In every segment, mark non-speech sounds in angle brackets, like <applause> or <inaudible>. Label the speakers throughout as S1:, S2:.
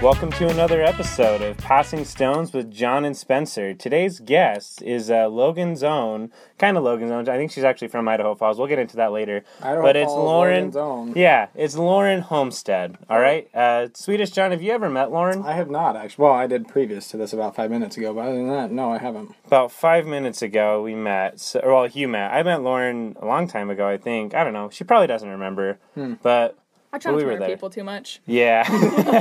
S1: Welcome to another episode of Passing Stones with John and Spencer. Today's guest is uh, Logan's own, kind of Logan's own. I think she's actually from Idaho Falls. We'll get into that later.
S2: Idaho
S1: but it's
S2: Falls,
S1: Lauren.
S2: Logan's own.
S1: Yeah, it's Lauren Homestead. All right, uh, Swedish John. Have you ever met Lauren?
S2: I have not actually. Well, I did previous to this about five minutes ago, but other than that, no, I haven't.
S1: About five minutes ago, we met. So, well, you met. I met Lauren a long time ago. I think. I don't know. She probably doesn't remember.
S2: Hmm.
S1: But
S3: I try not
S1: We
S3: to
S1: were
S3: remember
S1: there.
S3: people too much.
S2: <laughs>
S1: yeah. <laughs> All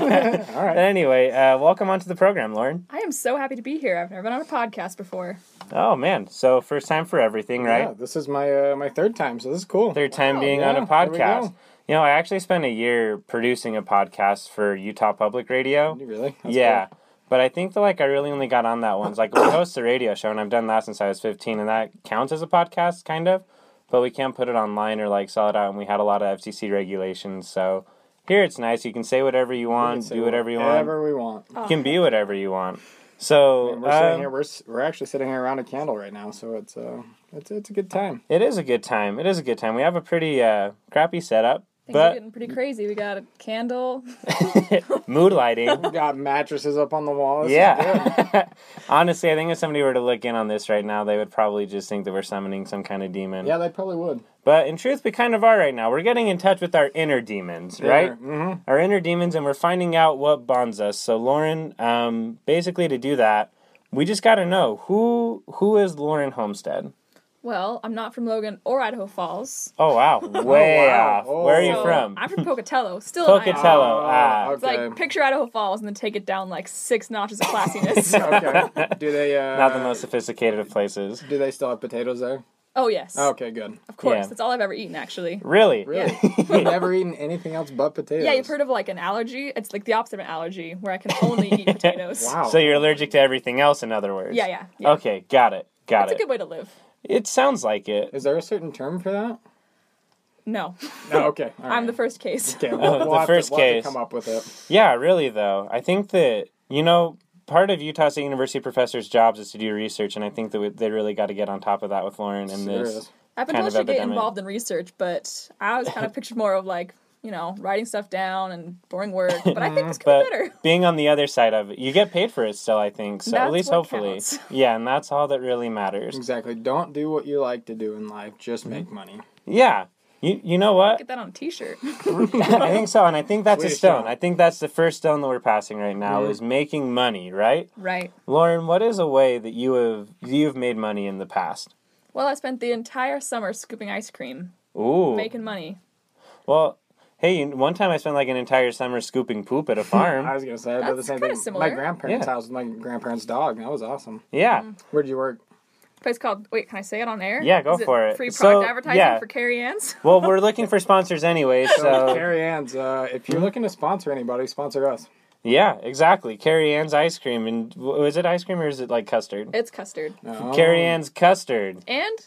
S1: right. But anyway, uh, welcome onto the program, Lauren.
S3: I am so happy to be here. I've never been on a podcast before.
S1: Oh man, so first time for everything, right?
S2: Yeah, this is my uh, my third time, so this is cool.
S1: third time being on
S2: yeah,
S1: a
S2: there we
S1: podcast.
S2: go.
S1: You know, I actually spent a year producing a podcast for Utah Public Radio.
S2: You really? That's
S1: yeah.
S2: cool.
S1: But I think that like I really only got on that once. Like we host a radio show and I've done that since I was fifteen and that counts as a podcast kind of. But we can't put it online or like sell it out and we had a lot of FCC regulations, so here it's nice. You can say whatever you
S2: We can
S1: want,
S2: say
S1: do whatever you want.
S2: Whatever we want.
S1: You
S3: Oh,
S1: can be whatever you want. So
S2: We're sitting
S1: um,
S2: here. We're, s- we're actually sitting here around a candle right now, so it's uh, it's it's a good time.
S1: it is a good time. It is a good time. We have a pretty uh, crappy setup,
S3: Things are
S1: but
S3: getting <laughs> pretty crazy. We got a candle.
S1: mood lighting.
S3: Oh.
S2: We got mattresses up on the wall. This is good.
S1: Yeah. Honestly, I think if somebody were to look in on this right now, they would probably just think that we're summoning some kind of demon.
S2: yeah, they probably would.
S1: But in truth, we kind of are right now. We're getting in touch with our inner demons, right?
S2: Mm-hmm.
S1: Our inner demons, and we're finding out what bonds us. So, Lauren, um, basically, to do that, we just got to know who who is Lauren Homestead.
S3: Well, I'm not from Logan or Idaho Falls.
S1: Oh
S2: <laughs>
S1: wow, way
S2: wow. Oh.
S1: off. Where are you
S3: So,
S1: from?
S3: I'm
S1: <laughs>
S3: from Pocatello. Still in Idaho.
S1: Pocatello. ah.
S3: It's like picture Idaho Falls and then take it down like six notches
S1: <laughs>
S3: of classiness.
S2: <laughs> okay. Do they? Uh,
S1: Not the most sophisticated of places.
S2: Do they still have
S1: <laughs>
S2: potatoes there?
S3: oh yes,
S2: Okay, good.
S3: of course.
S1: yeah.
S3: That's all I've ever eaten actually.
S1: Really?
S2: Really? You've never eaten anything else but potatoes.
S3: Yeah, you've heard of like an allergy. It's like the opposite of an allergy, where I can only
S1: <laughs>
S3: eat potatoes.
S2: Wow.
S1: So you're allergic to everything else, in other words.
S3: Yeah, yeah. yeah.
S1: Okay, got it. Got
S3: That's
S1: it.
S3: a good way to live.
S1: It sounds like it.
S2: Is there a certain term for
S3: <laughs>
S2: that?
S3: No,
S2: No, okay. all
S3: I'm the
S2: right.
S3: first case.
S1: <laughs>
S2: Okay, we'll, we'll
S1: the
S2: have
S1: first
S2: to, we'll have to
S1: case.
S2: come up with it.
S1: Yeah, really though. I think that you know part of Utah State University professors' jobs is to do research, and I think that we, they really got to get on top of that with Lauren and
S2: Sure
S1: this.
S2: is.
S3: I've been
S1: kind
S3: told
S1: of
S3: to get
S1: epidemic.
S3: involved in research, but I was
S1: <laughs>
S3: kind of pictured more of like, you know, writing stuff down and boring work. But I think this could
S1: Mm, But
S3: be better. <laughs>
S1: being on the other side of it, you get paid for it still. I think so. at
S3: That's
S1: least
S3: what
S1: hopefully,
S3: counts. <laughs>
S1: yeah, and that's all that really matters.
S2: Exactly. Don't do what you like to do in life. Just
S1: Mm-hmm.
S2: make money.
S1: Yeah, you you know what?
S3: Get that on a t-shirt.
S1: <laughs> I think so, and I think that's a
S2: Swedish
S1: stone.
S2: stone.
S1: I think that's the first stone that we're passing right now is making money, right?
S3: right.
S1: Lauren, what is a way that you have you've made money in the past?
S3: Well, I spent the entire summer scooping ice cream,
S1: Ooh,
S3: making money.
S1: Well, hey, you- one time I spent like an entire summer scooping poop
S2: <laughs>
S1: at a
S2: I
S1: farm.
S2: was gonna say I did the
S3: That's
S2: same
S3: kinda
S2: thing.
S3: similar.
S2: My grandparents'
S1: Yeah.
S2: house with my grandparents' dog. That was awesome.
S1: yeah.
S2: Where'd you work?
S3: A place called wait, can I say it on air?
S1: Yeah, go
S3: Is
S1: for it.
S3: Free
S1: So,
S3: product advertising
S1: yeah.
S3: for Carrie Ann's. <laughs>
S1: Well, we're looking for sponsors
S2: <laughs>
S1: anyway, so Mm-hmm.
S2: Carrie Ann's. Uh, if you're looking to sponsor anybody, sponsor us.
S1: yeah, exactly. Carrie Ann's ice cream, and w- is it ice cream or is it like custard?
S3: It's custard
S2: Um,
S1: Carrie Ann's custard
S3: and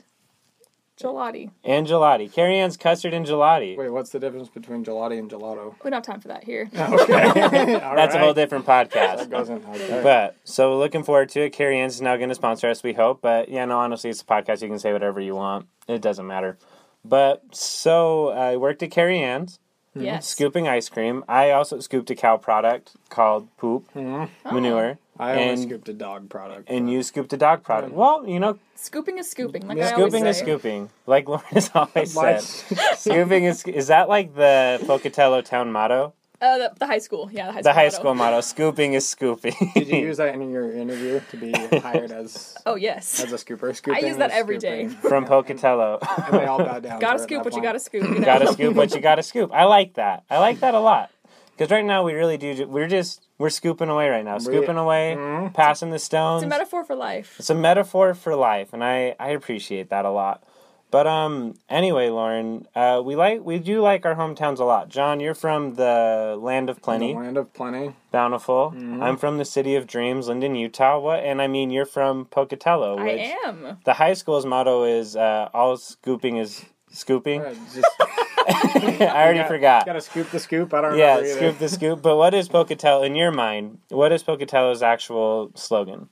S3: gelati.
S1: and gelati. Carrie Ann's custard and gelati.
S2: Wait, what's the difference between gelati and gelato?
S3: We don't have time for that here.
S1: That's a whole different
S2: That
S1: podcast.
S2: doesn't. <laughs> Okay.
S1: But so we're looking forward to it. Carrie Ann's is now going to sponsor us, we hope. But yeah, no, honestly, it's a podcast. You can say whatever you want. It doesn't matter. But so I worked at Carrie Ann's.
S3: Yes.
S1: scooping ice cream. I also scooped a cow product called poop
S3: Mm-hmm.
S1: manure,
S3: Oh.
S2: I only
S1: and
S2: scooped a dog product. <laughs>
S1: and you scooped a dog product. Well, you know,
S3: Scooping is scooping. Like I always
S1: scooping is
S3: say.
S1: scooping. Like Lauren has <laughs> always
S2: Like-
S1: said, scooping is is that like the Pocatello town motto?
S3: Uh, the, the high school. Yeah, the high school.
S1: The high
S3: motto.
S1: school motto: scooping is scooping.
S2: <laughs> Did you use that in your interview to be hired as
S3: Oh yes.
S2: as a scooper? Scooping
S3: use that
S2: is
S3: every day.
S1: <laughs>
S2: scooping.
S1: From Pocatello, <laughs>
S2: And they all bow down.
S3: Gotta
S2: to her at
S3: scoop
S2: that
S3: what you
S2: point.
S3: gotta scoop. You know? <laughs>
S1: gotta scoop what you gotta scoop. I like that. I like that a lot. Because right now we really do. ju- We're just we're scooping away right now, scooping away, passing the stones.
S3: Mm-hmm. It's a metaphor for life.
S1: it's a metaphor for life and i i appreciate that a lot but um anyway lauren uh we like we do like our hometowns a lot john you're from the land of plenty
S2: The land of plenty.
S1: bountiful
S2: Mm-hmm.
S1: i'm from the city of dreams linden utah what and i mean you're from pocatello
S3: I
S1: which
S3: am.
S1: the high school's motto is uh all scooping is scooping
S2: Yeah, just
S1: <laughs> i already forgot
S2: gotta scoop the scoop. I don't
S1: yeah
S2: remember either.
S1: scoop the scoop but what is pocatello in your mind what is pocatello's actual slogan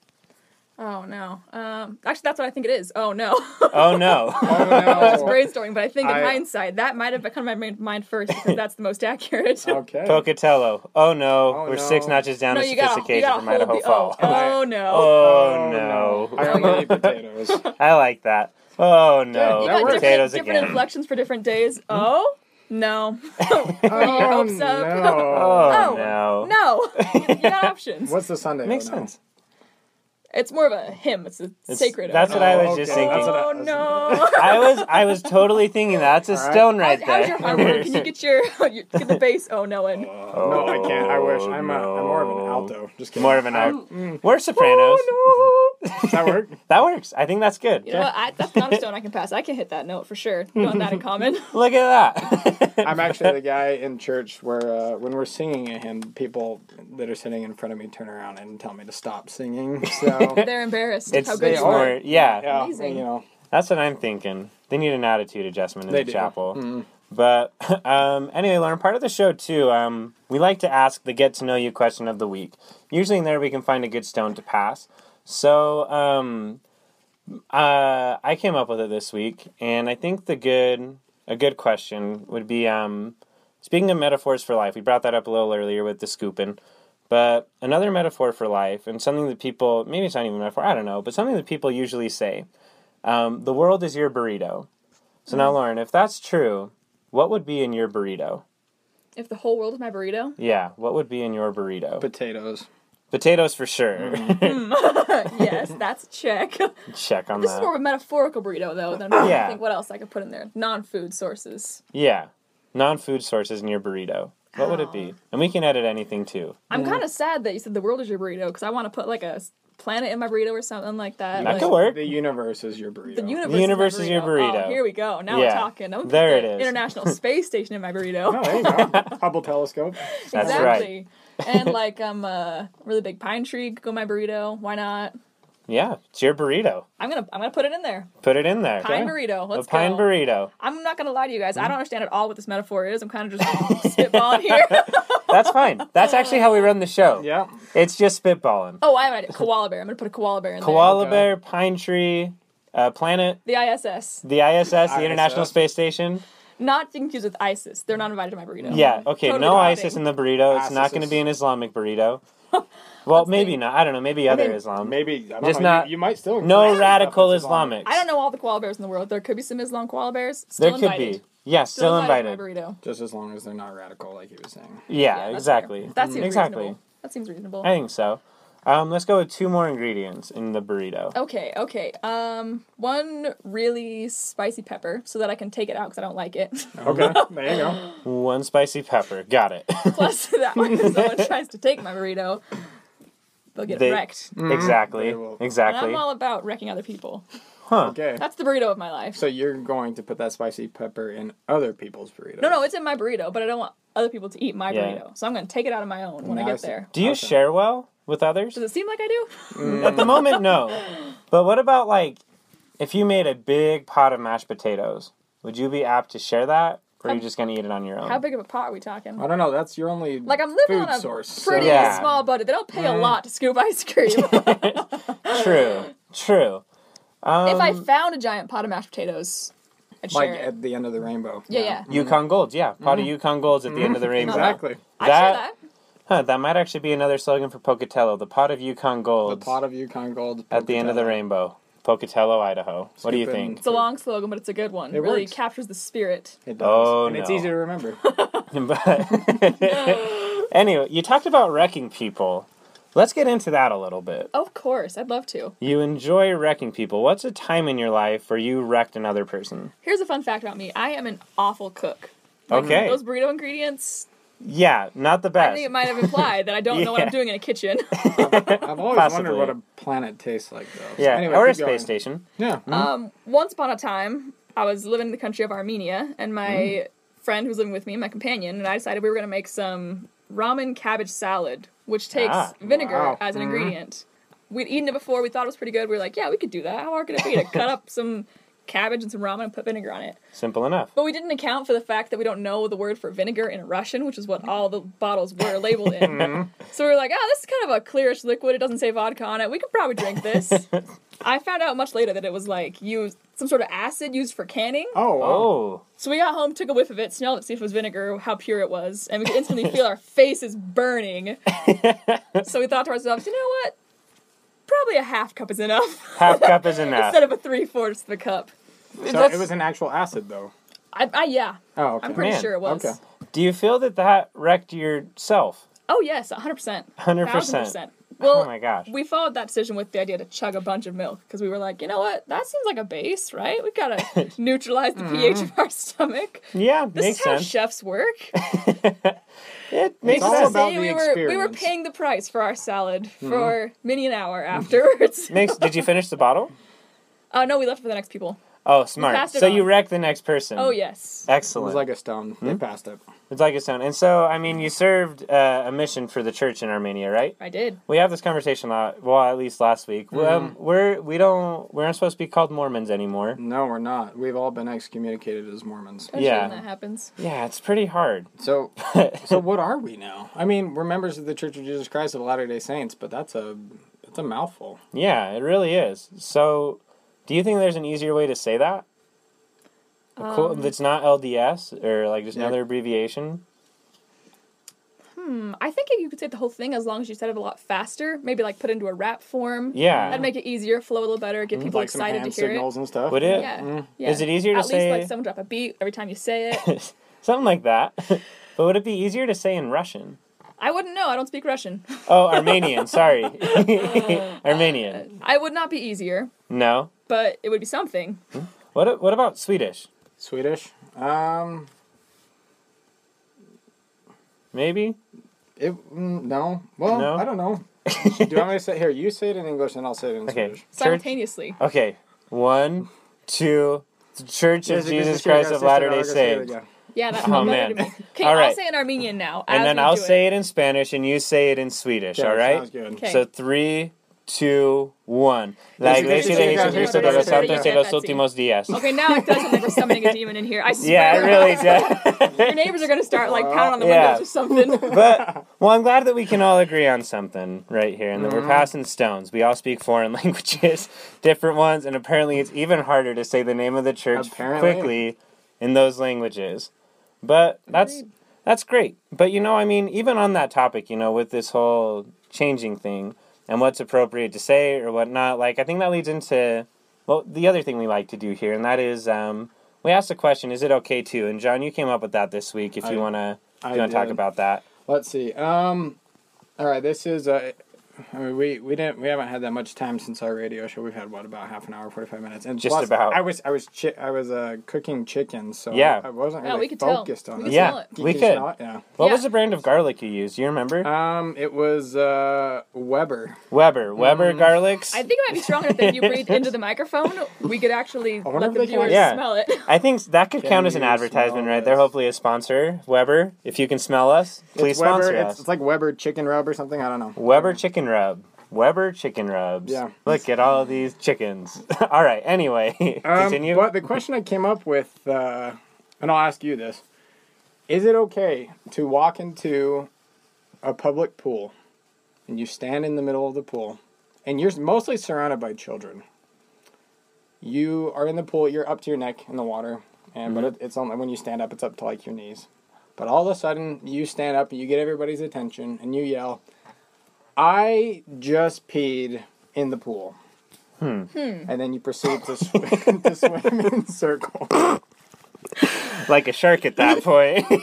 S3: Oh no. Um, actually, that's what I think it is. Oh no. <laughs>
S1: Oh no.
S2: Oh,
S3: I was
S2: no.
S3: brainstorming, but I think in
S2: I-
S3: hindsight that might have come to my main- mind first because that's the most <laughs> accurate.
S1: Oh,
S2: okay.
S1: <laughs> Pocatello. Oh no.
S2: Oh,
S1: We're
S2: no.
S1: six notches down
S3: no,
S1: in
S3: you gotta, you
S1: sophistication
S3: gotta
S1: from
S3: hold
S1: Idaho
S3: the oh,
S1: Falls.
S3: oh no.
S1: Oh,
S3: <laughs>
S2: I
S1: no.
S2: only eat potatoes.
S1: I like that. Oh
S2: Oh,
S1: no.
S3: you got different,
S1: Potatoes
S3: different
S1: again.
S3: inflections for different days. Oh
S1: <laughs>
S3: no. <laughs>
S2: Oh,
S3: hopes up.
S2: no.
S1: Oh,
S3: Oh,
S1: no.
S3: <laughs> no. you got options.
S2: What's the Sunday?
S1: Makes
S2: one now?
S1: sense.
S3: It's more of a hymn. It's a
S1: It's-
S3: sacred.
S1: that's
S3: ode.
S1: what I was
S2: Oh,
S1: just
S2: okay.
S1: thinking.
S2: That's what I-
S3: Oh
S1: <laughs>
S3: no.
S1: I was I was totally
S2: <laughs>
S1: thinking that's a
S2: All right.
S1: stone right
S3: How's, how's your
S1: there. <laughs>
S3: harmony? Can you get your <laughs> you- get the bass? Oh no, and
S2: No, I can't. I wish. I'm, a, I'm more of an
S1: Oh, no.
S2: alto. Just
S1: <laughs>
S2: kidding.
S1: More of an
S2: I-
S3: Oh,
S1: arc. We're sopranos.
S2: Does that work?
S1: <laughs> That works. I think that's good.
S3: you know what? I, that's not a stone I can pass. I can hit that note
S1: <laughs>
S3: for sure. We Don't have that in common. <laughs>
S1: Look at that.
S2: I'm actually the guy in church where uh, when we're singing a hymn, people that are sitting in front of me turn around and tell me to
S1: <laughs>
S2: stop singing. So
S3: They're embarrassed.
S1: It's
S3: how good
S1: they
S3: you
S1: are.
S3: are.
S1: Yeah,
S2: yeah,
S3: Amazing.
S2: you know,
S1: that's what I'm thinking. They need an attitude adjustment in
S2: They
S1: the
S2: do. Mm-hmm.
S1: chapel. But <laughs> um, anyway, Lauren, part of the show too, um, we like to ask the get to know you question of the week. Usually in there we can find a good stone to pass. So um, uh, I came up with it this week, and I think the good a good question would be um, speaking of metaphors for life. We brought that up a little earlier with the scooping, but another metaphor for life, and something that people maybe it's not even a metaphor. I don't know, but something that people usually say: um, the world is your burrito. So
S3: Mm.
S1: now, Lauren, if that's true, what would be in your burrito?
S3: If the whole world is my burrito,
S1: Yeah, what would be in your burrito?
S2: potatoes.
S1: Potatoes for sure.
S3: Mm. yes, that's a check.
S1: <laughs>
S3: <laughs>
S1: Check on
S3: This is
S1: that.
S3: more of a metaphorical burrito, though. Than I
S1: Yeah.
S3: think what else I could put in there. Non-food sources.
S1: Yeah, non-food sources in your burrito. What would it be?
S3: Oh.
S1: And we can edit anything too.
S3: I'm kind of sad that you said the world is your burrito because I want to put like a s- planet in my burrito or something like that.
S1: That
S3: like,
S1: could work.
S2: The universe is your burrito.
S3: The universe,
S1: universe
S3: is, my
S1: is your burrito.
S3: Oh, here we go. Now
S1: Yeah.
S3: we're talking. I'm
S1: There
S3: put the
S1: it is. <laughs>
S3: International Space Station in my burrito.
S2: Oh, there you go. Hubble telescope.
S1: That's right.
S3: exactly. and like um, a really big pine tree could go in my burrito. Why not?
S1: Yeah, it's your burrito.
S3: I'm gonna I'm gonna put it in there.
S1: Put it in there.
S3: Pine
S1: Okay.
S3: burrito.
S1: A
S3: Let's
S1: pine Mm-hmm.
S3: go.
S1: burrito.
S3: I'm not gonna lie to you guys. I don't understand at all what this metaphor is. I'm kind
S1: <laughs>
S3: of just spitballing here. <laughs>
S1: That's fine. That's actually how we run the show.
S2: Yeah.
S1: It's just spitballing.
S3: oh, I have an idea. Koala bear. I'm gonna put a koala bear in
S1: Koala
S2: Okay.
S1: bear, pine tree, uh, planet,
S3: there. The ISS.
S1: the ISS, the
S2: ISS.
S1: International Space Station.
S3: Not confused with ISIS. They're not invited to my burrito.
S1: Yeah. Okay.
S3: Totally
S1: no
S3: not a
S1: ISIS
S3: thing.
S1: in the burrito. It's not
S2: ISIS
S1: going to
S2: is-
S1: be an Islamic
S3: <laughs>
S1: burrito. Well, maybe
S3: think.
S1: not. I don't know. Maybe other
S2: mean,
S1: Islam.
S2: Um, Maybe I don't
S1: Just
S2: know,
S1: not-
S2: You, you might still
S1: No
S2: include
S1: radical
S2: stuff that's
S1: Islamics.
S3: I don't know all the koala bears in the world. There could be some Islam koala bears. Still
S1: There could
S3: invited.
S1: be. Yeah, still
S3: to
S1: invited.
S3: my burrito.
S2: Just as long as they're not radical, like you were saying.
S1: Yeah,
S3: Yeah, that's
S1: exactly. Mm-hmm. Mm,
S3: fair. That seems
S1: exactly.
S3: reasonable. That seems reasonable.
S1: I think so. Um, let's go with two more ingredients in the burrito.
S3: Okay, okay. Um, one really spicy pepper so that I can take it out because I don't like it. <laughs>
S1: <laughs>
S2: Okay, there you go.
S3: Oh.
S1: One spicy pepper. Got it.
S3: Plus <laughs> that one, if someone tries to take my burrito, they'll
S1: <laughs>
S3: get
S1: They-
S3: wrecked.
S2: Mm-hmm.
S1: exactly.
S2: Very well.
S3: And
S1: Exactly.
S3: I'm all about wrecking other people.
S1: Huh.
S2: Okay.
S3: That's the burrito of my life.
S2: So you're going to put that spicy pepper in other people's burritos?
S3: no, no, it's in my burrito, but I don't want other people to eat my
S1: Yeah.
S3: burrito, so I'm going to take it out of my own when I
S2: Now I
S3: get
S2: see.
S3: there.
S1: Do you
S2: Okay.
S1: share well with others?
S3: Does it seem like I do?
S1: At the moment, no. But what about like if you made a big pot of mashed potatoes? Would you be apt to share that, or are you just gonna eat it on your own?
S3: How big of a pot are we talking?
S2: I don't know. That's your only
S3: Like I'm living
S2: food
S3: on a
S2: source.
S3: pretty
S2: so-
S1: Yeah.
S3: small budget. They don't pay a lot to scoop ice cream.
S1: True. True. Um,
S3: if I found a giant pot of mashed potatoes, I'd share
S2: like
S3: it.
S2: at the end of the rainbow.
S3: yeah, Uh-huh. yeah.
S1: Yukon Golds, yeah, pot of
S2: Mm-hmm.
S1: Yukon Golds at the end of the rainbow.
S2: Exactly.
S3: I'd share
S1: That-
S3: that.
S1: Huh, that might actually be another slogan for Pocatello. The pot of Yukon
S2: The
S1: Golds
S2: pot of Yukon Gold.
S1: at the end of the
S2: Pocatello.
S1: rainbow. Pocatello, Idaho. What do you
S2: Scoop in.
S1: think?
S3: It's a long slogan, but it's a good one. It really
S2: works.
S3: captures the spirit.
S2: It does.
S1: Oh,
S2: and it's
S1: no.
S2: easy to remember.
S3: <laughs>
S1: <laughs> But anyway, you talked about wrecking people. Let's get into that a little bit.
S3: Of course, I'd love to.
S1: You enjoy wrecking people. What's a time in your life where you wrecked another person?
S3: Here's a fun fact about me I am an awful cook.
S1: Okay.
S3: Those burrito ingredients,
S1: Yeah, not the
S3: I think
S1: best.
S3: it might have implied that I don't know what
S1: <laughs>
S3: I'm
S1: Yeah.
S3: doing in a kitchen.
S2: I've always
S1: Possibly.
S2: wondered what a planet tastes like, though.
S1: Yeah,
S2: Anyway,
S1: or a
S2: keep
S1: space
S2: going.
S1: station.
S2: Yeah.
S3: um, once upon a time, I was living in the country of Armenia, and my
S1: Mm-hmm.
S3: friend who was living with me, my companion, and I decided we were going to make some ramen cabbage salad, which takes
S1: Ah,
S3: vinegar
S2: wow.
S3: as an ingredient. We'd eaten it before, we thought it was pretty good. We were like, yeah, we could do that. How hard could it be to cut up some cabbage and some ramen and put vinegar on it.
S1: Simple enough.
S3: But we didn't account for the fact that we don't know the word for vinegar in Russian, which is what all the bottles were
S2: <laughs>
S3: labeled in.
S2: Mm-hmm.
S3: so we were like, oh, this is kind of a clearish liquid. It doesn't say vodka on it. We could probably drink this.
S2: <laughs>
S3: I found out much later that it was like used some sort of acid used for canning.
S2: Oh, wow.
S1: Oh,
S3: So we got home, took a whiff of it, smelled it, see if it was vinegar, how pure it was, and we could instantly feel
S2: <laughs>
S3: our faces burning. so we thought to ourselves, you know what? Probably a half cup is enough <laughs>
S1: half cup is enough.
S3: instead of a three fourths of a cup.
S2: so
S1: That's-
S2: it was an actual acid though.
S3: I, I yeah,
S2: Oh, okay.
S3: I'm pretty
S1: Man,
S3: sure it was.
S2: okay.
S1: Do you feel that that wrecked yourself?
S3: Oh yes, 100%.
S1: 100%.
S3: Well,
S1: oh my gosh.
S3: we followed that decision with the idea to chug a bunch of milk because we were like, you know what? That seems like a base, right? We've got
S2: <laughs>
S3: to neutralize the pH
S2: Mm-hmm.
S3: of our stomach.
S1: yeah,
S3: This
S1: makes
S3: is how
S1: sense.
S3: chefs
S2: <laughs>
S3: work.
S1: it makes
S2: all
S1: sense.
S2: about-
S3: Say
S2: the
S3: we were we were
S2: experience. Mm-hmm.
S3: paying the price for our salad for many an hour afterwards.
S1: makes, did you finish the bottle?
S3: <laughs> Oh no, we left it for the next people.
S1: Oh, smart.
S3: passed it
S1: So you
S3: on.
S1: wrecked the next person.
S3: Oh yes.
S2: It
S1: Excellent.
S2: was like a stone. They
S1: Hmm?
S2: passed it.
S1: It's like a stone. And so, I mean, you served uh, a mission for the church in Armenia, right?
S3: I did.
S1: We have this conversation a lot. Well, at least last week. Well, um, we're we don't we aren't supposed to be called Mormons anymore.
S2: No, we're not. We've all been excommunicated as Mormons.
S3: Especially
S1: Yeah.
S3: when that happens.
S1: Yeah, it's pretty hard. <laughs>
S2: So, so what are we now? I mean, we're members of the Church of Jesus Christ of Latter Day Saints, but that's a that's a mouthful.
S1: Yeah, it really is. So, do you think there's an easier way to say that? A cool, that's not LDS or like just
S2: Yeah.
S1: another abbreviation.
S3: Mm, I think you could say the whole thing as long as you said it a lot faster. Maybe like put into a rap form.
S1: Yeah.
S3: That'd make it easier, flow a little better, get people
S2: Mm-hmm. like some
S3: excited to
S2: hand
S3: hear
S2: signals
S3: it.
S2: and stuff.
S1: Would it?
S3: Yeah.
S2: Mm.
S3: yeah.
S1: Is it easier to
S3: At
S1: say-
S3: At least like someone drop a beat every time you say it.
S1: <laughs> Something like that. <laughs> but would it be easier to say in Russian?
S3: I wouldn't know. I don't speak Russian.
S1: Oh, Armenian. sorry, <laughs> Armenian.
S3: I would not be easier,
S1: No.
S3: but it would be something.
S1: What a- What about Swedish?
S2: Swedish? Um,
S1: Maybe.
S2: it mm, no. Well,
S1: No?
S2: I
S1: <laughs>
S2: don't know. Do you want me to say here? You say it in English, and I'll say it in
S1: Okay.
S2: Swedish.
S1: Church-
S3: Simultaneously.
S1: Okay, one, two. The Church of
S2: Yes, yes,
S1: Jesus
S2: yes, yes,
S1: Christ
S2: yes,
S1: of
S2: yes,
S1: Latter Day
S2: yes, yes, yes,
S1: Saints,
S2: yes,
S3: Yeah, that's
S1: Oh,
S3: oh, man.
S1: man.
S3: Okay,
S1: All
S3: I'll
S1: right.
S3: say it in Armenian now.
S1: and
S3: as
S1: then
S3: we
S1: I'll
S3: do
S1: say it in Spanish, and you say it in Swedish.
S2: yes.
S1: all
S2: Okay,
S1: right.
S2: sounds good.
S3: Okay.
S1: So three, two, one. La
S2: Yes, yes,
S1: Iglesia
S2: yes,
S1: de
S2: yes,
S1: Jesucristo
S2: yes,
S1: de
S2: yes,
S1: los
S2: yes,
S1: Santos
S2: yes,
S1: de
S3: yes,
S1: los
S3: yes.
S1: Últimos Días.
S3: Okay, now it does sound like we're
S1: <laughs>
S3: summoning a demon in here. I swear.
S1: Yeah, it really does.
S3: Your neighbors are gonna start like pounding on the
S1: Yeah.
S3: windows or
S1: <laughs>
S3: something.
S1: But well, I'm glad that we can all agree on something right here, and that
S2: Mm-hmm.
S1: we're passing stones. We all speak foreign <laughs> languages, different ones, and apparently it's even harder to say the name of the church
S2: Apparently.
S1: quickly in those languages. But that's
S3: Agreed.
S1: that's great. But you know, I mean, even on that topic, you know, with this whole changing thing and what's appropriate to say or what not, like I think that leads into well, the other thing we like to do here, and that is um, we asked the question: Is it okay to? And John, you came up with that this week. If
S2: I-
S1: you wanna, if
S2: I
S1: you wanna talk
S2: did.
S1: about that.
S2: Let's see. Um, all right. This is. Uh, I mean, we we didn't we haven't had that much time since our radio show. We've had what about half an hour, forty five minutes, and
S1: Just
S2: plus,
S1: about.
S2: I was I was chi- I was uh, cooking chicken, so
S1: Yeah.
S2: I wasn't
S3: Yeah,
S2: really
S3: we could tell.
S2: focused on
S3: We
S2: it.
S3: could
S1: Yeah,
S3: smell it.
S2: You
S1: we
S2: can
S1: could.
S2: smell it? Yeah.
S1: What was
S3: Yeah.
S1: the brand of garlic you used? Do you remember?
S2: Um, it was uh, Weber.
S1: Weber. Weber
S2: mm,
S1: garlics.
S3: I think it might be strong enough that if you breathe into the microphone, we could actually
S2: wonder
S3: let
S2: if
S3: the
S2: they can-
S3: viewers
S1: Yeah.
S3: smell it.
S1: I think that could
S2: Can
S1: count as an
S2: you
S1: advertisement
S2: smell
S1: right there.
S2: this?
S1: Hopefully, a sponsor. Weber, if you can smell us, please
S2: it's
S1: sponsor
S2: Weber.
S1: us.
S2: It's, it's like Weber chicken rub or something. I don't know.
S1: Weber chicken rub. Weber chicken rubs.
S2: Yeah.
S1: Look at all these chickens. <laughs> all right. Anyway, <laughs>
S2: Um,
S1: continue.
S2: But the question I came up with, uh, and I'll ask you this: Is it okay to walk into a public pool and you stand in the middle of the pool, and you're mostly surrounded by children? You are in the pool. You're up to your neck in the water, and but it, it's only when you stand up, it's up to like your knees. But all of a sudden, you stand up and you get everybody's attention, and you yell, "I just peed in the pool." and then you proceed to, <laughs> sw- to swim in circles.
S1: Like a shark at
S2: <laughs>
S1: that point. <laughs>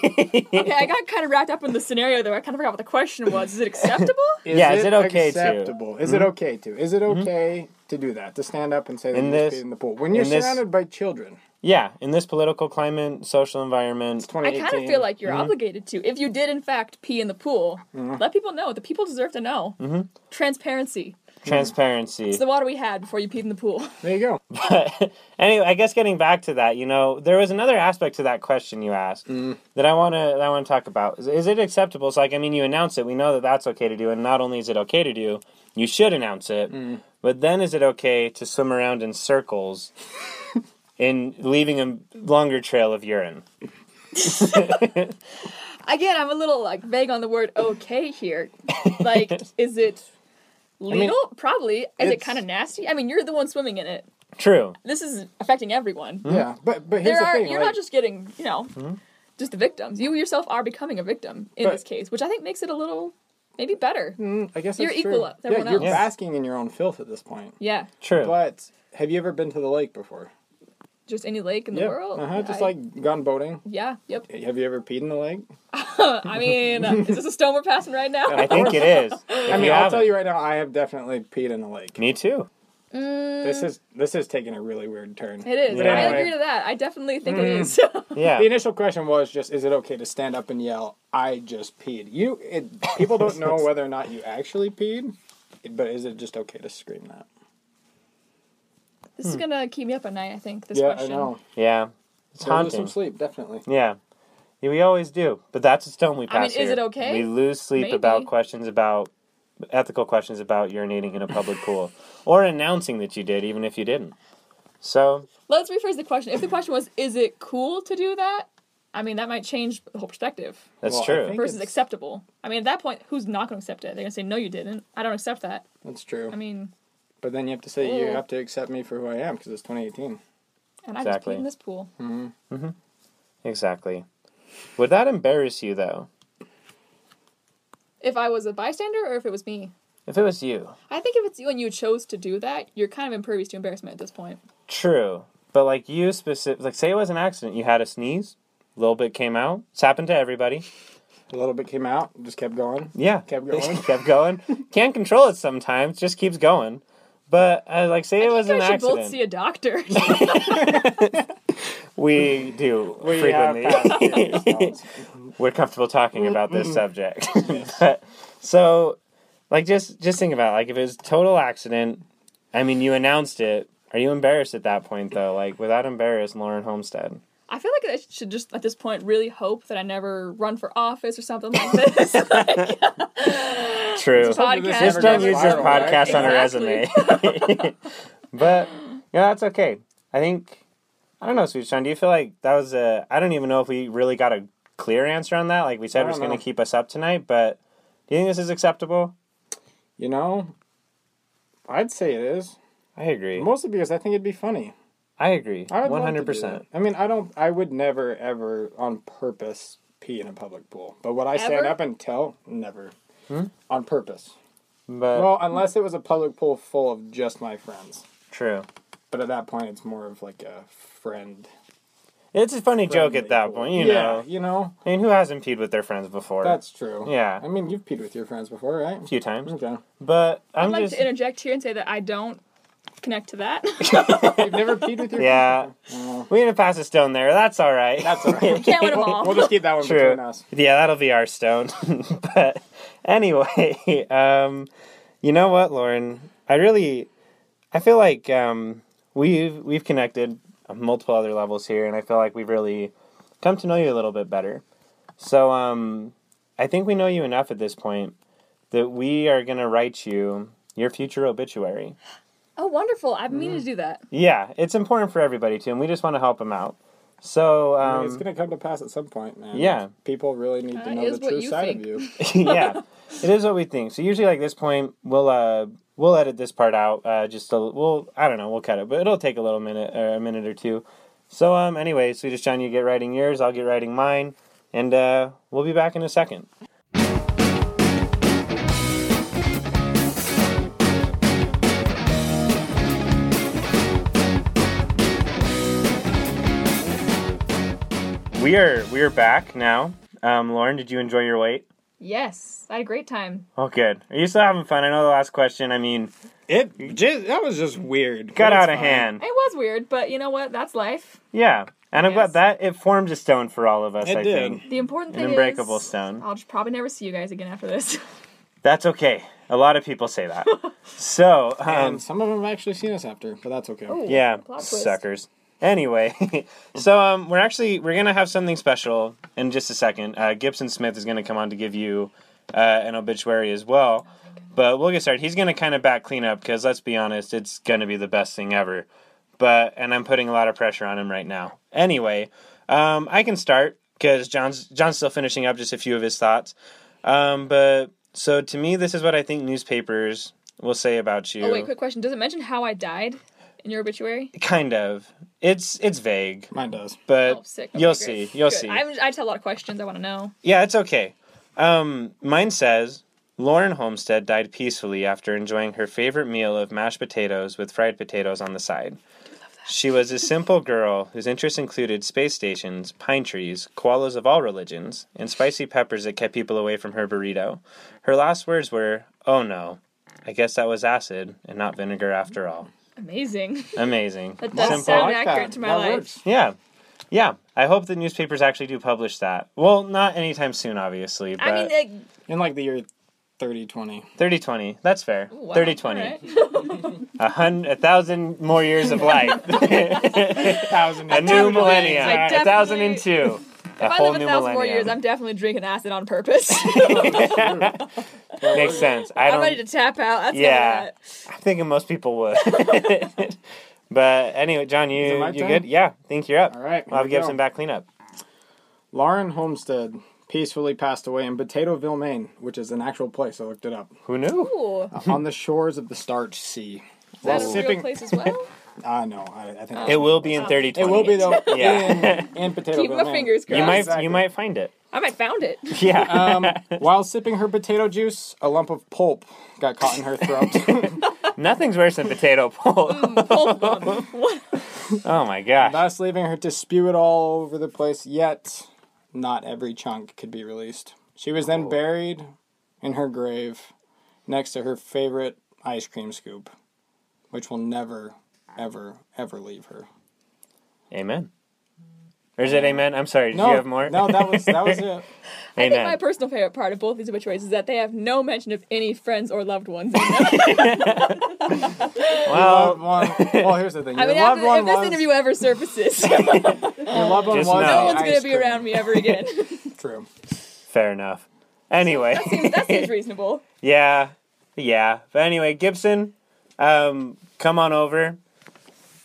S3: Okay, I got kind of wrapped up in the scenario though. I kind of forgot what the question was. Is it acceptable?
S1: <laughs> Yeah, is it okay to? Hmm?
S2: acceptable? Is it okay to? Is it okay to do that? To stand up and say that
S1: In
S2: you
S1: this-
S2: just peed in the pool when you're
S1: in this-
S2: surrounded by children?
S1: yeah. In this political climate, social environment.
S3: I
S2: 2018.
S3: kind of feel like you're
S2: Mm-hmm.
S3: obligated to. If you did, in fact, pee in the pool, let people know. The people deserve to know.
S2: Mm-hmm.
S3: Transparency.
S1: Transparency.
S3: It's the water we had before you peed in the pool. <laughs>
S2: there you go.
S1: Hmm? anyway, I guess getting back to that, you know, there was another aspect to that question you asked
S2: Mm-hmm.
S1: that I want to that I want to talk about. Is, is it acceptable? It's like I mean, you announce it. We know that that's okay to do, and not only is it okay to do,
S2: Mm-hmm. <laughs>
S1: you should announce it. But then, is it okay to swim around in circles in leaving a longer trail of urine.
S3: Again, I'm a little like vague on the word okay
S2: <laughs>
S3: here. Like, is it legal? Probably. Is it
S2: it's-
S3: kind of nasty? I mean, you're the one swimming in it.
S1: True.
S3: This is affecting everyone.
S2: Yeah, but but Mm-hmm. here's
S3: there are
S2: the thing.
S3: you're
S2: like, Mm-hmm.
S3: not just getting, you know, just the victims. You yourself are becoming a victim in
S2: But-
S3: this case, which I think makes it a little maybe better.
S2: Mm, I guess
S3: you're
S2: that's
S3: equal
S2: true.
S3: up to
S2: Yeah,
S3: everyone
S2: you're
S3: else.
S2: basking in your own filth at this point.
S3: Yeah.
S1: True.
S2: But have you ever been to the lake before?
S3: Just any lake in the
S2: Yep.
S3: world.
S2: Uh-huh, just
S3: I-
S2: like gone boating.
S3: Yeah, yep.
S2: Have you ever peed in the lake?
S3: I mean, uh, is this a stone we're passing right now?
S1: I think it
S2: <laughs>
S1: is.
S2: I mean, I'll tell you right now, I have definitely peed in the lake.
S1: Me
S2: <laughs>
S1: too.
S3: Mm.
S2: This is this is taking a really weird turn.
S3: <laughs> It is.
S1: Yeah.
S3: I
S1: Anyway.
S3: agree to that. I definitely think
S1: Mm.
S3: it is. <laughs>
S1: Yeah.
S2: The initial question was just, is it okay to stand up and yell, "I just peed"? You, it, people don't know whether or not you actually peed, but is it just okay to scream that?
S3: this
S2: Hmm.
S3: is gonna keep me up at night. I think this
S2: yeah,
S3: question.
S2: I know.
S1: Yeah. It's
S2: So lose some
S1: haunting.
S2: sleep, definitely.
S1: Yeah. Yeah, we always do. But that's a stone we pass
S3: I mean, is
S1: here.
S3: it okay?
S1: We lose sleep
S3: Maybe.
S1: about questions about ethical questions about urinating in a public pool or announcing that you did even if you didn't. So,
S3: Let's rephrase the question. If the question was, "Is it cool to do that?" I mean, that might change the whole perspective
S1: that's
S2: Well, I
S1: true.
S2: think-
S3: versus
S2: it's-
S3: acceptable. I mean, at that point, who's not gonna accept it? They're gonna say, "No, you didn't. I don't accept that."
S2: That's true.
S3: I mean,
S2: but then you have to say you
S3: Ew.
S2: have to accept me for who I am because it's 2018.
S3: and I just
S1: Exactly. Hmm.
S3: peed in this pool.
S1: Exactly. Would that embarrass you though?
S3: If I was a bystander or if it was me,
S1: If it was you.
S3: I think if it's you and you chose to do that, you're kind of impervious to embarrassment at this point.
S1: True. But like you specific like say it was an accident, you had a sneeze, a little bit came out. It's happened to everybody.
S2: A little bit came out, just kept going.
S1: Yeah. <laughs>
S2: <laughs> Kept going.
S1: kept going. Can't control it sometimes, just keeps going. But uh, like say it was
S3: you
S1: an
S3: guys should both
S1: accident.
S3: see a doctor.
S1: <laughs>
S2: <laughs>
S1: we do
S2: We have
S1: frequently.
S2: past years.
S1: We're comfortable talking about this
S2: Mm-hmm.
S1: subject. <laughs> but, so like just just think about it. like if it was total accident, I mean you announced it. Are you embarrassed at that point though? Like without embarrassed Lauren Homestead.
S3: I feel like I should just at this point really hope that I never run for office or something like
S1: <laughs>
S3: this. Like,
S1: True.
S3: podcast.
S1: Just
S2: Never
S1: don't
S2: goes
S1: use this
S2: viral,
S1: podcast on a resume. <laughs>
S3: Exactly.
S2: <laughs>
S1: but yeah, that's okay. I think I don't know, Sweet Sean. Do you feel like that was a? I don't even know if we really got a clear answer on that. Like we
S2: I
S1: said, we're
S2: don't
S1: just going
S2: know.
S1: to keep us up tonight. But do you think this is acceptable?
S2: You know, I'd say it is
S1: I agree.
S2: mostly because I think it'd be funny.
S1: I agree.
S2: I would
S1: One
S2: love to do
S1: hundred percent.
S2: that. I mean, I don't. I would never, ever, on purpose, pee in a public pool. But would I stand
S3: Ever?
S2: up and tell? Never.
S1: Hmm?
S2: On purpose.
S1: But
S2: Well, unless it was a public pool full of just my friends.
S1: true.
S2: But at that point, it's more of like a friend.
S1: It's a funny joke
S2: friendly
S1: at that
S2: pool.
S1: point, you
S2: yeah,
S1: know.
S2: you know
S1: I mean, who hasn't peed with their friends before?
S2: that's true.
S1: Yeah.
S2: I mean, you've peed with your friends
S1: <laughs>
S2: before, right?
S1: a few times.
S2: Okay.
S1: But
S3: I'd
S1: I'm
S3: like
S1: just
S3: to interject here and say that I don't connect to
S1: <laughs>
S3: that.
S2: You've never peed with your
S1: yeah.
S2: friends.
S1: We're gonna pass a stone there. That's all right.
S2: Yeah. That's all right.
S3: Can't win them
S2: We'll,
S1: <laughs>
S2: we'll
S3: all.
S2: just keep that one
S1: True.
S2: between us.
S1: Yeah, that'll be our stone. <laughs> but anyway, <laughs> um, you know what, Lauren? I really, I feel like um, we've we've connected on multiple other levels here, and I feel like we've really come to know you a little bit better. So um, I think we know you enough at this point that we are gonna write you your future obituary.
S3: Oh, wonderful! I've been
S1: Mm.
S3: meaning to do that.
S1: Yeah, it's important for everybody too, and we just want to help them out. So
S2: I mean,
S1: um,
S2: it's gonna come to pass at some point, man.
S1: yeah.
S2: People really need to
S3: That
S2: know
S3: is
S2: the
S3: what
S2: true
S3: you
S2: side
S3: think.
S2: of
S1: <laughs>
S2: you.
S1: yeah, it is what we think. So usually, like this point, we'll uh we'll edit this part out. Uh, just a, we'll I don't know, we'll cut it, but it'll take a little minute or a minute or two. So um, anyway, Swedish John, you get writing yours, I'll get writing mine, and uh, we'll be back in a second. We are we are back now. Um, Lauren, did you enjoy your wait?
S3: Yes, I had a great time.
S1: Oh, good. Are you still having fun? I know the last question. I mean,
S2: It just, that was just weird.
S1: got
S2: That's
S1: out of
S2: fine.
S1: hand.
S3: It was weird, but you know what? That's life.
S1: Yeah, and I'm
S3: Yes.
S1: glad that it formed a stone for all of us.
S2: It
S1: I
S2: did.
S1: think
S3: The important
S1: an
S3: thing
S1: unbreakable
S3: is,
S1: stone.
S3: I'll just probably never see you guys again after this.
S1: That's okay. A lot of people say
S2: <laughs>
S1: that. so um,
S2: And some of them have actually seen us after, but that's okay.
S3: Ooh,
S1: <laughs> yeah,
S3: <laughs> plot twist.
S1: suckers. Anyway, <laughs> so um, we're actually we're gonna have something special in just a second. Uh, Gibson Smith is gonna come on to give you uh, an obituary as
S3: Oh,
S1: well, but we'll get started. He's gonna kind of back clean up because let's be honest, it's gonna be the best thing ever. but and I'm putting a lot of pressure on him right now. Anyway, um, I can start because John's John's still finishing up just a few of his thoughts. Um, but so to me, this is what I think newspapers will say about you.
S3: Oh wait, quick question. Does it mention how I died in your obituary?
S1: kind of. It's it's vague,
S2: Mine does.
S1: but
S3: Oh, sick. Okay,
S1: Uh, you'll see.
S3: great.
S1: You'll
S3: Good.
S1: see.
S3: I'm, I just have a lot of questions. I want to know.
S1: Yeah, it's okay. Um, mine says Lauren Homestead died peacefully after enjoying her favorite meal of mashed potatoes with fried potatoes on the side. She was a simple girl whose interests included space stations, pine trees, koalas of all religions, and spicy peppers that kept people away from her burrito. Her last words were, Oh no, I guess that was acid and not vinegar after all.
S3: Amazing.
S1: Amazing.
S3: That does
S1: Simple.
S3: sound accurate to my life.
S1: Yeah. Yeah. I hope the newspapers actually do publish that. Well, not anytime soon, obviously. But...
S3: I mean, like,
S2: In like the year 30, 20.
S1: 30 20. That's fair.
S3: wow,
S1: 30 20.
S3: all right.
S1: A, hun- a thousand more years of
S3: <laughs>
S1: life. a
S2: Thousand.
S1: new millennium.
S3: I
S1: A thousand and
S3: definitely-
S1: two. A
S3: If I
S1: whole
S3: live a
S1: new
S3: thousand more years,
S1: millennium.
S3: I'm definitely drinking acid
S1: <laughs>
S3: on purpose. <laughs>
S1: Makes sense. I
S3: I'm ready
S1: don't.
S3: to tap out. That's
S1: Yeah.
S3: yeah.
S1: I'm thinking most people
S3: <laughs>
S1: would. <laughs> but anyway, John,
S2: Is it
S1: you
S2: my
S1: you
S2: turn?
S1: good? Yeah, I think you're up.
S2: All right,
S1: Bob
S2: here we
S1: Gibson
S2: go.
S1: back cleanup.
S2: Lauren Homestead peacefully passed away in Potatoeville, Maine, which is an actual place. I looked it up.
S1: Who knew?
S3: Ooh,
S1: Mm-hmm.
S2: on the shores of the Starch Sea.
S3: is that Oh. a
S2: While
S3: real place <laughs> as well?
S2: I know. I, I think
S1: It will be in 30
S2: It will be though.
S1: Yeah.
S2: In,
S3: <laughs>
S2: in Potatoeville,
S3: Keep my
S2: Maine.
S3: fingers crossed.
S1: You might
S2: Exactly.
S1: you might find it. <laughs>
S3: I might found it.
S1: Yeah.
S2: Um, while sipping her potato juice, a lump of pulp got caught in her throat.
S3: <laughs>
S1: Nothing's worse than potato pole.
S3: Hold on. <laughs> What?
S1: oh my gosh.
S2: thus leaving her to spew it all over the place, yet not every chunk could be released. She was
S1: Oh.
S2: then buried in her grave next to her favorite ice cream scoop, which will never, ever, ever leave her.
S1: Amen. Or is it amen? I'm sorry. Did
S2: No,
S1: you have more?
S2: no, that was that
S1: <laughs>
S2: was it.
S3: I think
S1: amen.
S3: my personal favorite part of both these obituaries is that they have no mention of any friends or
S1: <laughs>
S3: loved ones. in them.
S1: well, Oh.
S2: Loved one. Well, here's the thing.
S3: I
S2: Your
S3: mean,
S2: loved
S3: after,
S2: one
S3: if this
S2: was-
S3: interview ever surfaces,
S1: <laughs>
S3: <laughs>
S2: Your loved one
S1: Just
S2: was
S1: know.
S2: an
S1: No
S3: no one's going
S2: ice
S3: to be
S2: cream.
S3: around me
S1: <laughs>
S3: ever again.
S2: True.
S1: fair enough. Anyway. <laughs>
S3: Seems- that seems reasonable.
S1: Yeah, yeah. But anyway, Gibson, um, come on over.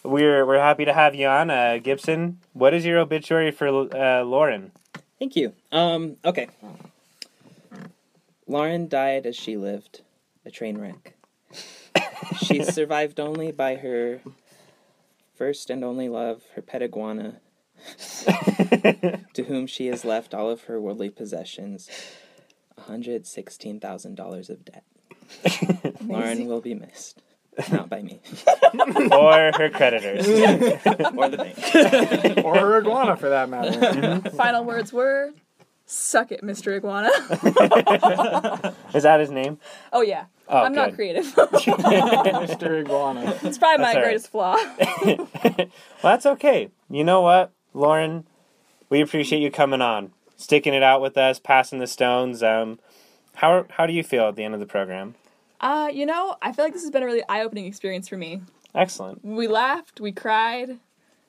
S1: We're we're happy to have you on, uh, Gibson. What is your obituary for uh, Lauren?
S4: Thank you. Um, okay. Lauren died as she lived, a train wreck. <laughs> She's survived only by her first and only love, her pet iguana, <laughs> to whom she has left all of her worldly possessions $116,000 of debt. Lauren will be <laughs> missed. Not by me
S1: or her creditors?
S4: or the bank.
S2: Or her iguana, for that <laughs> matter.
S3: Final words were, "Suck it, Mr. Iguana." <laughs>
S1: Is that his name?
S3: oh yeah,
S1: Oh,
S3: I'm not
S1: good.
S3: creative. <laughs>
S2: Mr. Iguana.
S3: it's probably my
S1: all right.
S3: greatest flaw.
S1: Well, that's okay. You know what, Lauren? We appreciate you coming on, sticking it out with us, passing the stones. Um, how how do you feel at the end of the program?
S3: Uh, you know, I feel like this has been a really eye-opening experience for me.
S1: Excellent.
S3: We laughed, we cried,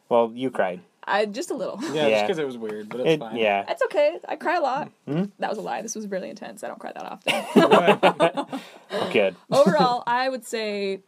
S1: Well, you cried.
S3: I just a little. <laughs>
S2: Yeah, just
S1: Yeah.
S2: because it was weird, but it's
S1: It,
S2: fine.
S1: yeah.
S3: That's okay. I cry a lot. That was a lie. This was really intense. I don't cry that often. <laughs>
S1: Good.
S3: Overall, I would say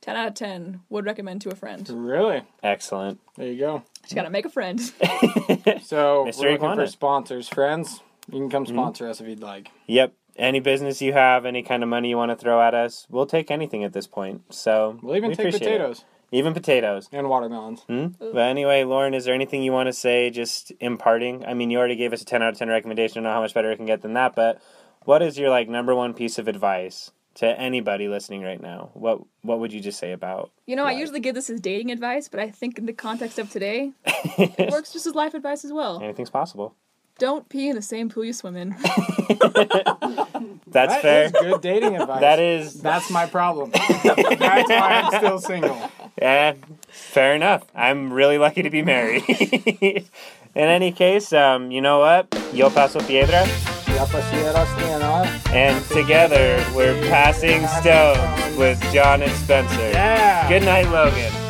S3: 10 out of 10 would recommend to a friend.
S2: <laughs> Really?
S1: Excellent.
S2: There you go.
S3: Just gotta make a friend.
S2: So
S1: Mr.
S2: we're looking
S1: Iguana. Mm-hmm.
S2: for sponsors, friends. You can come sponsor us if you'd like.
S1: Yep. Any business you have, any kind of money you want to throw at us, we'll take anything at this point. So
S2: We'll even
S1: we
S2: take
S1: appreciate
S2: potatoes
S1: it. Even potatoes.
S2: and watermelons.
S1: Hmm? But anyway, Lauren, is there anything you want to say just imparting? I mean, you already gave us a 10 out of 10 recommendation. I don't know how much better it can get than that, but what is your like number one piece of advice to anybody listening right now? What what would you just say about?
S3: You know, I
S1: Right.
S3: usually give this as dating advice, but I think in the context of today, it works just as life advice as well.
S1: Anything's possible.
S3: Don't pee in the same pool you swim in. <laughs>
S1: That's
S2: That <laughs>
S1: fair.
S2: is good
S1: <laughs>
S2: dating advice.
S1: That is
S2: That's my
S1: <laughs>
S2: problem. That's why I'm still single.
S1: Eh, fair enough. I'm really lucky to be married. <laughs> In any case, um, you know what? Yo paso piedra.
S2: Ya pasieras que no.
S1: And together, we're passing stones with John and Spencer.
S2: Yeah.
S1: Good night, Logan.